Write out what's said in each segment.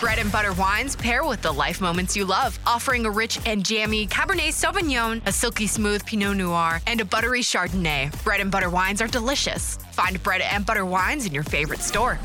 Bread and butter wines pair with the life moments you love, offering a rich and jammy Cabernet Sauvignon, a silky smooth Pinot Noir, and a buttery Chardonnay. Bread and butter wines are delicious. Find bread and butter wines in your favorite store.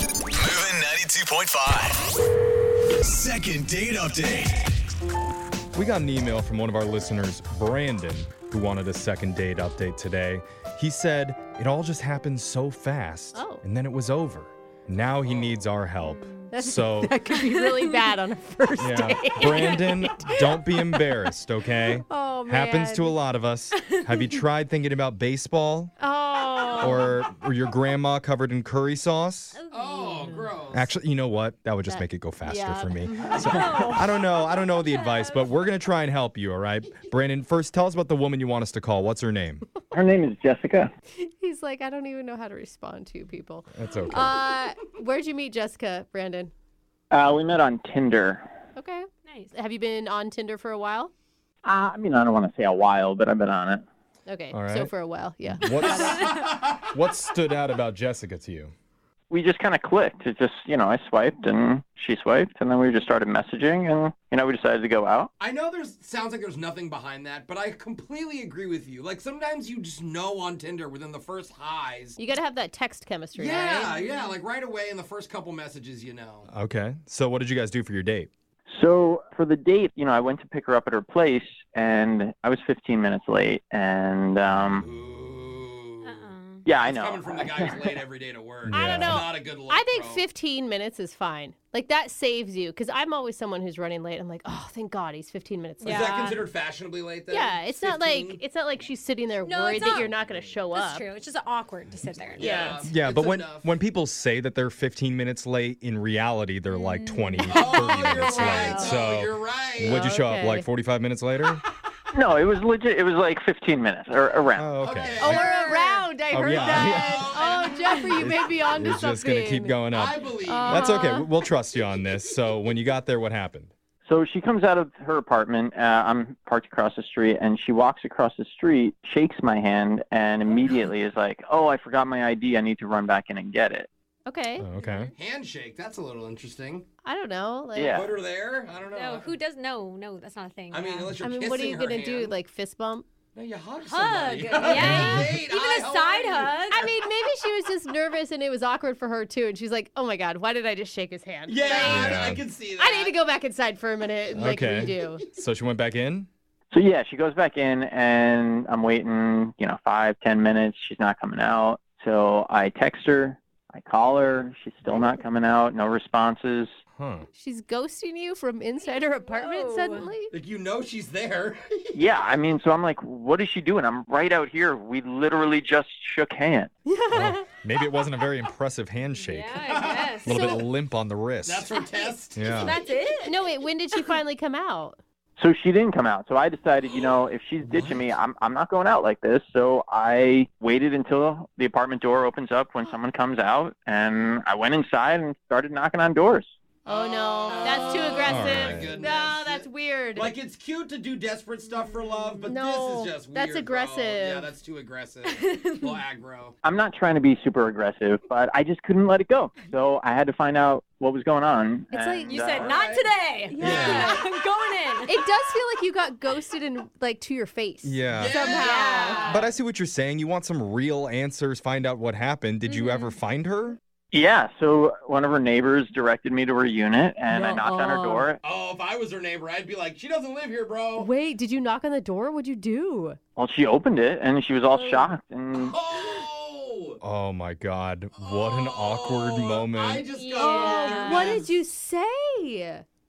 Moving 92.5. Second date update. We got an email from one of our listeners, Brandon, who wanted a second date update today. He said, It all just happened so fast, Oh. and then it was over. Now he needs our help. so, that could be really bad on a first yeah, date. Brandon, don't be embarrassed, okay? Oh man. Happens to a lot of us. Have you tried thinking about baseball Oh. or, or your grandma covered in curry sauce? Oh, gross. Actually, you know what? That would just That- make it go faster yeah. for me. So, I don't know. I don't know the advice, but we're going to try and help you, all right? Brandon, first tell us about the woman you want us to call. What's her name? Her name is Jessica. He's like, I don't even know how to respond to people. That's okay. Uh, where'd you meet Jessica, Brandon? Uh, we met on Tinder. Okay. Nice. Have you been on Tinder for a while? Uh, I mean, I don't want to say a while, but I've been on it. Okay. All So right. for a while, yeah. What's, what stood out about Jessica to you? We just kind of clicked. It just, you know, I swiped and she swiped, and then we just started messaging, and you know, we decided to go out. I know there's sounds like there's nothing behind that, but I completely agree with you. Like sometimes you just know on Tinder within the first highs. You got to have that text chemistry, Yeah, right? Mm-hmm. yeah, like right away in the first couple messages, you know. Okay. So, what did you guys do for your date? So for the date, you know, I went to pick her up at her place, and I was 15 minutes late, and Uh-uh. um, Ooh. Uh-uh. yeah, I Mm-hmm. It's know. coming from the guy who's late every day to work. I don't That's know. Not a good look. I think bro. 15 minutes is fine. Like that saves you because I'm always someone who's running late. I'm like, oh, thank God he's 15 minutes late. Is that Yeah. considered fashionably late then? uh, Yeah, it's not 15? like it's not like she's sitting there No, worried it's that not. you're not going to show That's up. true. It's just awkward to sit there. and Yeah. wait. Yeah, It's but when enough. when people say that they're 15 minutes late, in reality, they're like Mm. 20, 30 Oh, you're minutes right. late. Oh, So, you're right. would you show up Okay. like 45 minutes later? No, it was legit. It was like 15 minutes or around. Oh, okay. Okay. Oh, we're around. I Oh, heard yeah. that. Oh, Jeffrey, you may be onto It's something. just going to keep going up. I believe. Uh, That's okay. We- We'll trust you on this. So, when you got there, what happened? So she comes out of her apartment. Uh, I'm parked across the street, and she walks across the street, shakes my hand, and immediately is like, "Oh, I forgot my ID. I need to run back in and get it." Okay. Oh, okay. Handshake. That's a little interesting. I don't know. Like, Yeah. Put her there. I don't know. No, who does? No, no, that's not a thing. I mean, yeah. unless I you're mean, what are you going gonna to do? Like fist bump? no, you hug hug. somebody. yeah. Hey, Even hi, a how are side you? hug. I mean, maybe she was just nervous and it was awkward for her too. And she's like, "Oh my God, why did I just shake his hand? Yeah, I- Yeah. I, can see that. I need to go back inside for a minute and like Okay. redo." So, she went back in? So yeah, she goes back in, and I'm waiting, you know, five, ten minutes. She's not coming out. So I text her, I call her. She's still not coming out. No responses. Huh. She's ghosting you from inside her apartment Whoa. suddenly. Like you know she's there. Yeah, I mean, so I'm like, what is she doing? I'm right out here. We literally just shook hands. Well, maybe it wasn't a very impressive handshake. Yeah, I guess. A little So- bit limp on the wrist. That's her test. yeah. That's it. No, wait. When did she finally come out? So she didn't come out. So I decided, you know, if she's ditching me, I'm, I'm not going out like this. So I waited until the apartment door opens up when someone comes out, and I went inside and started knocking on doors. Oh no, that's too Oh, my aggressive. goodness. No, that's weird. Like it's cute to do desperate stuff for love, but No, this is just weird. that's bro. aggressive. Yeah, that's too aggressive. Well, aggro. I'm not trying to be super aggressive, but I just couldn't let it go. So I had to find out what was going on. It's like and, You uh, said not today. Yeah. I'm going in. it does feel like you got ghosted and like to your face. Yeah. Yeah. But I see what you're saying. You want some real answers, find out what happened. Did you ever find her? Yeah. So one of her neighbors directed me to her unit, and I knocked on her Nuh-uh. door. Oh, if I was her neighbor, I'd be like, she doesn't live here, bro. Wait, did you knock on the door? What'd you do? Well, she opened it, and she was all shocked. And Oh. Oh my God. What an Oh, awkward I moment. just got Yeah. Oh, What did you say?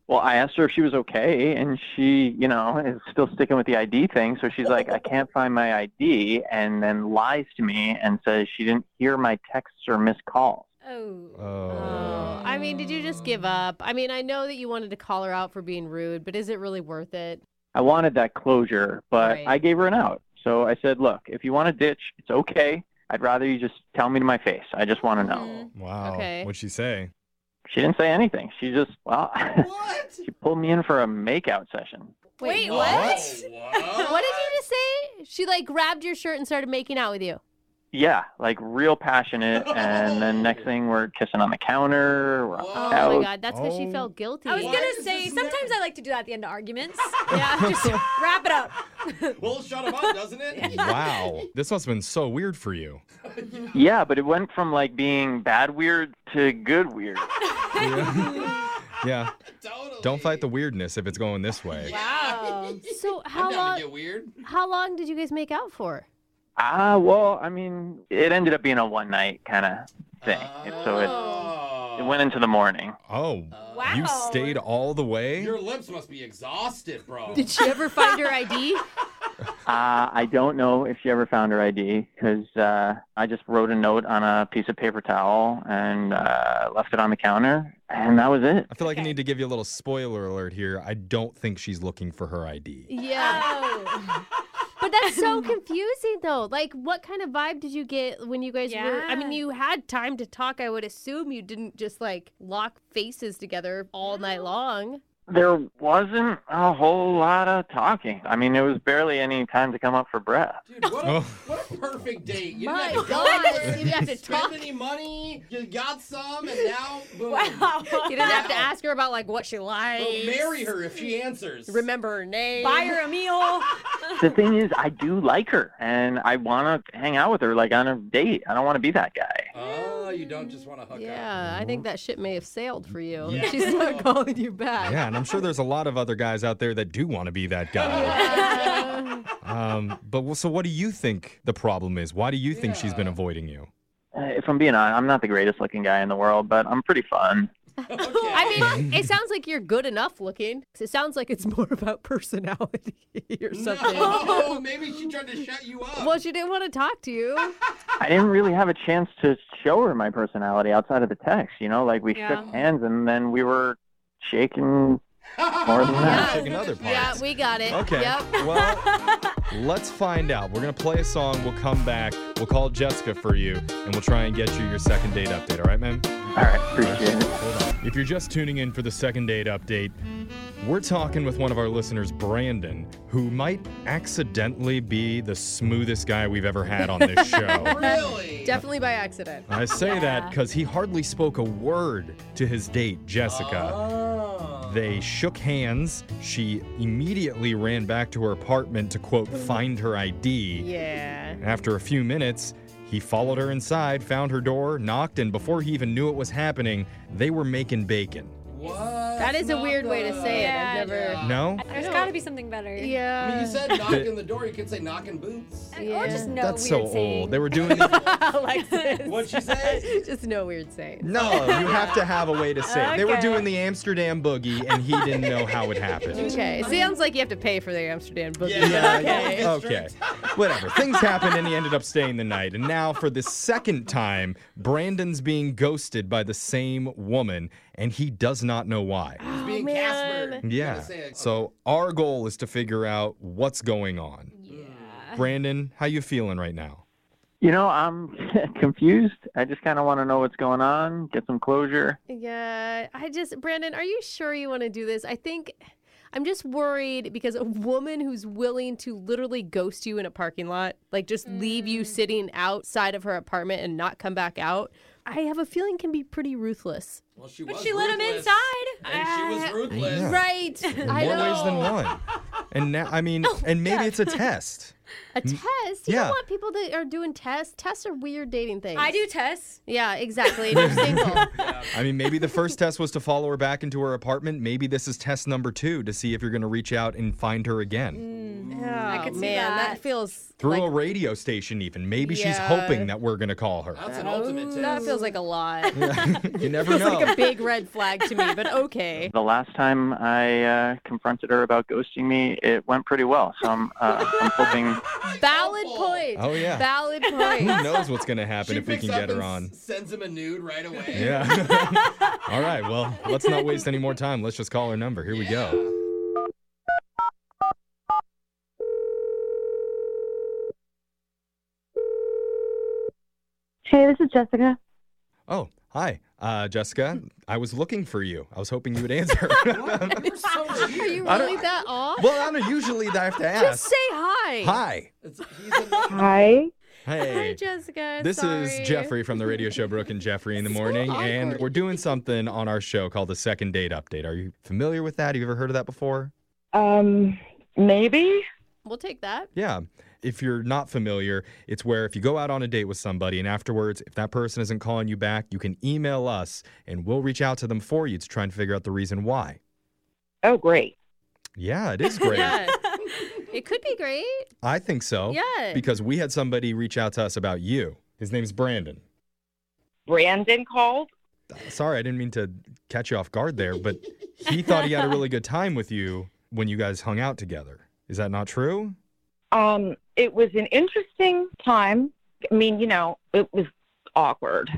Well, I asked her if she was okay, and she, you know, is still sticking with the ID thing. So she's like, I can't find my ID, and then lies to me and says she didn't hear my texts or missed calls. Uh, Oh. Oh. I mean, did you just give up? I mean, I know that you wanted to call her out for being rude, but is it really worth it? I wanted that closure, but Right. I gave her an out. So I said, Look, if you want to ditch, it's okay. I'd rather you just tell me to my face. I just want to know. Mm-hmm. Mhm. Wow. Okay. What'd she say? She didn't say anything. She just, well, What? she pulled me in for a makeout session. Wait, Oh, what? what? What did you just say? She like grabbed your shirt and started making out with you. yeah, like real passionate. And then next thing, we're kissing on the counter. We're on the Oh couch. my god, that's because Oh. she felt guilty. I was Why gonna does say this sometimes never- I like to do that at the end of arguments. yeah, just wrap it up. Well, shut him up, doesn't it? Wow. This must have been so weird for you. Yeah, but it went from like being bad weird to good weird. Yeah. Totally. Don't fight the weirdness if it's going this way. Wow. Um, so I'm how down to long? get weird. How long did you guys make out for? Ah, well, I mean, it ended up being a one night kind of thing. It- so Oh. it, Oh. it went into the morning. Oh, Uh, Wow. you stayed all the way? Your lips must be exhausted, bro. Did she ever find her ID? Uh, I don't know if she ever found her ID because uh, I just wrote a note on a piece of paper towel and uh, left it on the counter, and that was it. I feel like I need to give you a little spoiler alert here. I don't think she's looking for her ID. Yeah. But that's so confusing, though. Like, what kind of vibe did you get when you guys were? I mean, Yeah. you had time to talk. I would assume you didn't just like lock faces together all night long. There wasn't a whole lot of talking. I mean, there was barely any time to come up for breath. Dude, what Oh. a, what a perfect date. You My didn't have to go God, anywhere, you have to didn't spend talk. any money. You got some, and now, boom. Wow. You didn't have to ask her about like what she likes. Well, marry her if she answers. Remember her name. Buy her a meal. The thing is, I do like her, and I want to hang out with her like on a date. I don't want to be that guy. Oh, you don't just want to hook up. Yeah, I think that ship may have sailed for you. Yeah. She's not calling you back. Yeah, and I'm sure there's a lot of other guys out there that do want to be that guy. Um, but well, so, what do you think the problem is? Why do you think she's been avoiding you? Uh, If I'm being honest, I'm not the greatest looking guy in the world, but I'm pretty fun. Okay. I mean, it sounds like you're good enough looking. 'cause It sounds like it's more about personality or something. no, maybe she tried to shut you up. Well, she didn't want to talk to you. I didn't really have a chance to show her my personality outside of the text, you know, like we Yeah. shook hands and then we were shaking more than that. Taking other parts. Uh, Yeah, we got it. Okay. Yep. Well, let's find out. We're going to play a song. We'll come back. We'll call Jessica for you, and we'll try and get you your second date update. All right, man? All right, appreciate it. If you're just tuning in for the second date update, we're talking with one of our listeners, Brandon, who might accidentally be the smoothest guy we've ever had on this show. really? Definitely by accident. I say that because he hardly spoke a word to his date, Jessica. Oh. They shook hands. She immediately ran back to her apartment to quote, find her ID. Yeah. After a few minutes, he followed her inside, found her door, knocked, and before he even knew it was happening, they were making bacon. What? That is a weird way to say Yeah, it. I've never. No? There's got to be something better. Yeah. I mean, you said knock in the door. You could say knock in boots. Or just no That's so weird saying. old. They were doing it. Alexis. What'd she say? Just no weird saying. No, you have to have a way to say it. They were Okay. doing the Amsterdam boogie, and he didn't know how it happened. Okay. Sounds like you have to pay for the Amsterdam boogie. Yeah. Okay. Okay. Whatever. Things happened, and he ended up staying the night. And now, for the second time, Brandon's being ghosted by the same woman, and he does not know why. It's being Oh, man. Casper. You Yeah. gotta say it. So our goal is to figure out what's going on. Brandon, how you feeling right now? You know, I'm confused. I just kind of want to know what's going on, get some closure. Yeah, I just Brandon, are you sure you want to do this? I think I'm just worried because a woman who's willing to literally ghost you in a parking lot, like just leave you sitting outside of her apartment and not come back out, I have a feeling can be pretty ruthless. Well, she But was she let him ruthless. inside. And she was ruthless. Yeah. Right. In I more know. Oh, ways than one. And now, I mean, and maybe it's a test. A test? You Yeah. don't want people that are doing tests. Tests are weird dating things. I do tests. Yeah, exactly. They're single. I mean, maybe the first test was to follow her back into her apartment. Maybe this is test number two to see if you're going to reach out and find her again I could see man, that, that. feels through Mm, like, a radio station, even. Maybe she's Yeah. hoping that we're going to call her. That's an ultimate test. that feels like a lot. You never know. like a big red flag to me, but okay. The last time I uh, confronted her about ghosting me, it went pretty well. So I'm, uh, I'm hoping. Valid point. Oh, yeah. Valid Who point. knows what's going to happen she if we picks can up get her and on? s- Sends him a nude right away. Yeah. All right. Well, let's not waste any more time. Let's just call her number. Here we go. Hey, this is Jessica. Oh, hi, uh, Jessica. I was looking for you. I was hoping you would answer. You're so Are weird. you I don't- really that off? well, I don't usually I have to ask. Just say hi. hi. It's, he's a, Hi. Hey. Hi, Jessica. This Sorry. is Jeffrey from the radio show Brooke and Jeffrey in the morning, and we're doing something on our show called the second date update. Are you familiar with that? Have you ever heard of that before? Um, maybe. We'll take that. Yeah. If you're not familiar, it's where if you go out on a date with somebody and afterwards, if that person isn't calling you back, you can email us and we'll reach out to them for you to try and figure out the reason why. Oh, great. Yeah, it is great. Yeah. it could be great. I think so. Yeah. Because we had somebody reach out to us about you. His name's Brandon. Brandon called. Sorry, I didn't mean to catch you off guard there, but he thought he had a really good time with you when you guys hung out together. Is that not true? Um, it was an interesting time. I mean, you know, it was awkward.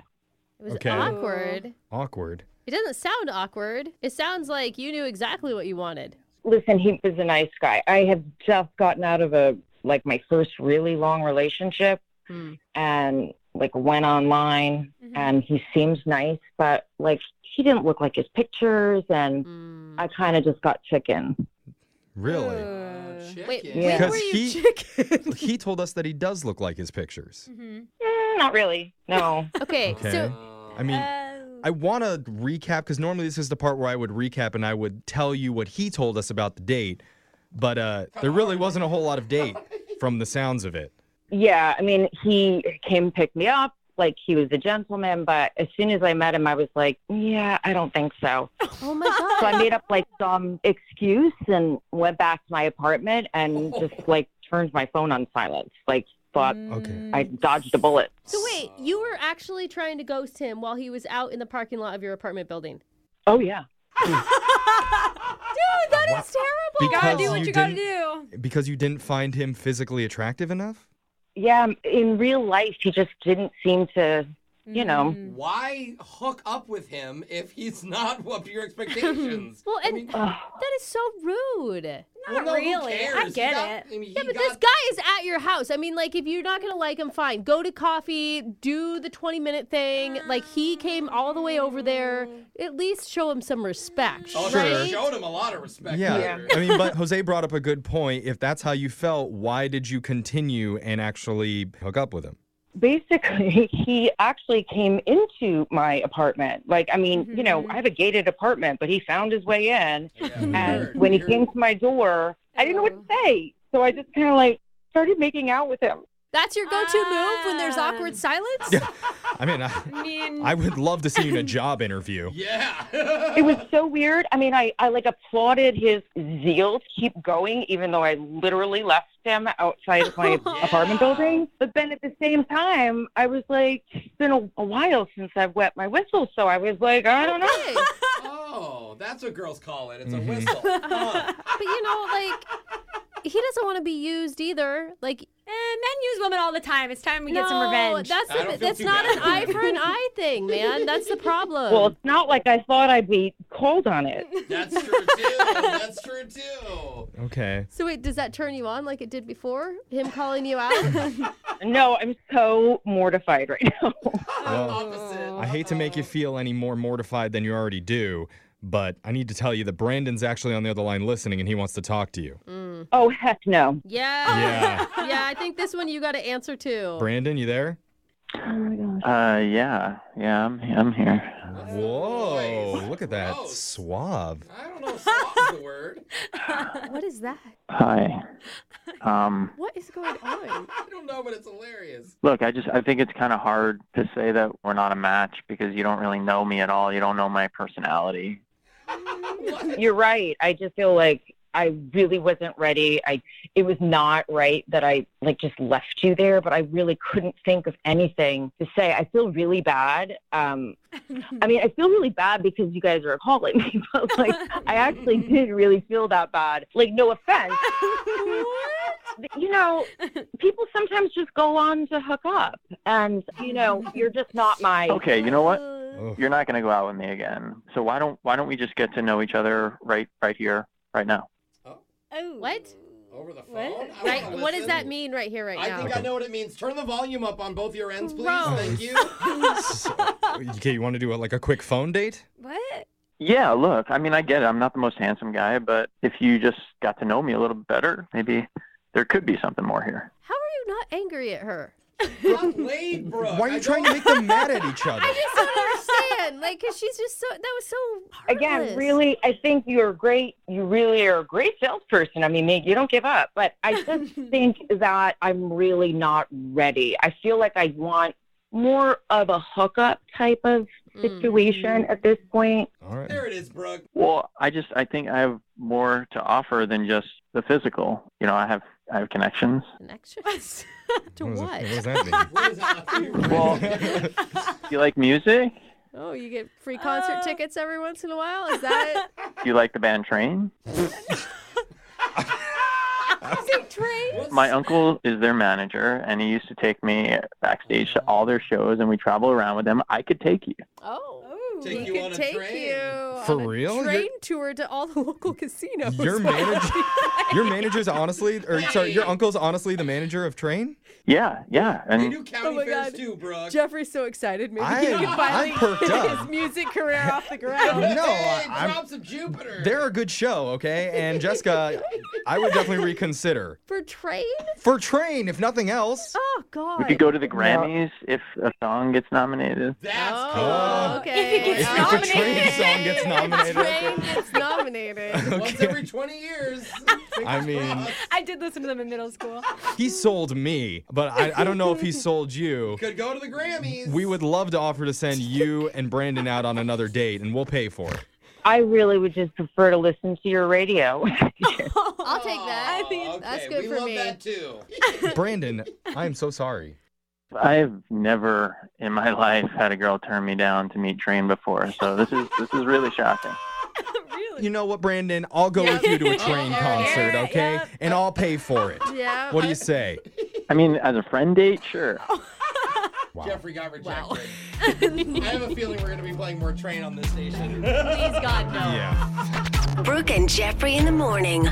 It was Okay. awkward. Awkward. It doesn't sound awkward. It sounds like you knew exactly what you wanted. Listen, he was a nice guy. I have just gotten out of a like my first really long relationship Hmm. and like went online Mhm. and he seems nice, but like he didn't look like his pictures and Mm. I kind of just got chicken. Really? Oh, Chicken. Wait, Yeah. wait, were Because you he- chicken? he told us that he does look like his pictures. Mhm. Mm, not really. No. okay, so I mean, Uh, I want to recap because normally this is the part where I would recap and I would tell you what he told us about the date, but uh, there really wasn't a whole lot of date from the sounds of it. Yeah, I mean, he came and picked me up. Like he was a gentleman, but as soon as I met him, I was like, "Yeah, I don't think so." oh my god. So I made up like some excuse and went back to my apartment and just like turned my phone on silence. Like thought Mm. Okay. I dodged a bullet. So wait, you were actually trying to ghost him while he was out in the parking lot of your apartment building. Oh yeah, Dude, Oh, that is terrible. Because gotta do what you you, gotta didn't- do. Because you didn't find him physically attractive enough? yeah. In real life, he just didn't seem to, you know. Mm. Why hook up with him if he's not up to your expectations? Well, and I mean, Ugh. that is so rude. well, Not no, who really. I cares? get He got- it. I mean, he Yeah, but got- this guy is at your house. I mean, like, if you're not gonna like him, fine. Go to coffee, do the 20 minute thing. Like, he came all the way over there. Mm. At least show him some respect, Oh, Sure. they right? showed him a lot of respect. Yeah. later. I mean, but Jose brought up a good point. If that's how you felt, why did you continue and actually hook up with him? basically he actually came into my apartment like i mean you know Mm-hmm. i have a gated apartment but he found his way in Yeah, and weird, Uh, when he weird. came to my door i didn't know what to say so i just kind of like started making out with him That's your go to move when there's awkward Ah. silence? I mean, I, I mean, I would love to see you in a job interview. Yeah. it was so weird i mean i, I like applauded his zeal to keep going even though i literally left him outside of my Yeah. apartment building but then at the same time i was like it's been a, a while since i've wet my whistle so i was like i don't know Hey, Oh, that's what girls call it. It's Mhm. a whistle. Huh. but you know, like, he doesn't want to be used either. Like, eh, men use women all the time. It's time we no, get some revenge. That's, I don't the, feel that's too not bad an for eye him. for an eye thing, man. That's the problem. Well, it's not like I thought I'd be called on it. That's true too. That's true too. Okay. so, wait, does that turn you on like it did before? Him calling you out? No, I'm so mortified right now. Opposite. I hate to make you feel any more mortified than you already do, but I need to tell you that Brandon's actually on the other line listening and he wants to talk to you. Oh, heck no. yeah. Yeah. Yeah. I think this one you got to answer Oh. to. Brandon, you there? Uh, yeah, yeah, I'm, I'm here. Whoa, Oh, Nice. look at that. Gross. Suave. I don't know if swap's the word. What is that? Hi. Um, What is going on? I don't know, but it's hilarious. look, I just I think it's kind of hard to say that we're not a match because you don't really know me at all. You don't know my personality. You're right. I just feel like I really wasn't ready. I it was not right that I like just left you there, but I really couldn't think of anything to say. I feel really bad. Um I mean, I feel really bad because you guys are calling me, but like I actually did really feel that bad. Like no offense. you know, people sometimes just go on to hook up, and you know, you're just not my. Okay, you know what? Oh, You're not gonna go out with me again. So why don't why don't we just get to know each other right right here right now? Oh. What? Over the phone? What? I wanna Right, what does Oh, listen. that mean right here, right I now? think I know what it means. Turn the volume up on both your ends, please. Gross. Thank you. okay, you want to do a, like a quick phone date? What? Yeah, look, I mean I get it. I'm not the most handsome guy, but if you just got to know me a little better, maybe there could be something more here. How are you not angry at her? Got laid, Brooke. Why are I you trying to don't- make them mad at each other? I just don't understand. Like, cause she's just so that was so. Again, heartless. really, I think you're great. You really are a great salesperson. I mean, Meg, you don't give up. But I just think that I'm really not ready. I feel like I want more of a hookup type of Mm. Mm-hmm. situation at this point. All right. There it is, Brooke. Well, I just I think I have more to offer than just the physical. You know, I have I have connections. connections to What was what? that- what does that mean? What is that? Well, do you like music? Oh, you get free concert Uh. tickets every once in a while. Is that Do you like the band Train? What's- My uncle is their manager, and he used to take me backstage to all their shows, and we travel around with them. I could take you. Oh, Take he you could on a take train. you For on a real? You're- train tour to all the local casinos. Your manager, your manager's honestly, or sorry, your uncle's honestly the manager of Train. Yeah, yeah, They and do county oh my fairs God. too, Brooke. Jeffrey's so excited. Maybe I- he can I finally perked get up. his music career off the ground. No, hey, I- I'm- drops of Jupiter. They're a good show, okay? And Jessica, I would definitely reconsider For train? for Train, if nothing else. Oh God. we could go to the Grammys if a song gets nominated. That's Oh, cool. okay. If it gets okay. If a Train song gets nominated, Train gets nominated. cool. Once every 20 years. I mean, I did listen to them in middle school. he sold me, but I, I don't know if he sold you. Could go to the Grammys. We would love to offer to send you and Brandon out on another date, and we'll pay for it. I really would just prefer to listen to your radio. I'll take that. Aw, okay. That's good we for love me. that too. Brandon, I am so sorry. I've never in my life had a girl turn me down to meet Train before, so this is this is really shocking. really? You know what, Brandon? I'll go with you to a Train concert, Yeah, okay? yeah. And I'll pay for it. Yeah. What do you say? I mean, as a friend date, sure. Wow. Jeffrey got rejected. I have a feeling we're going to be playing more Train on this station. Please God, no. Yeah. Brooke and Jeffrey in the morning.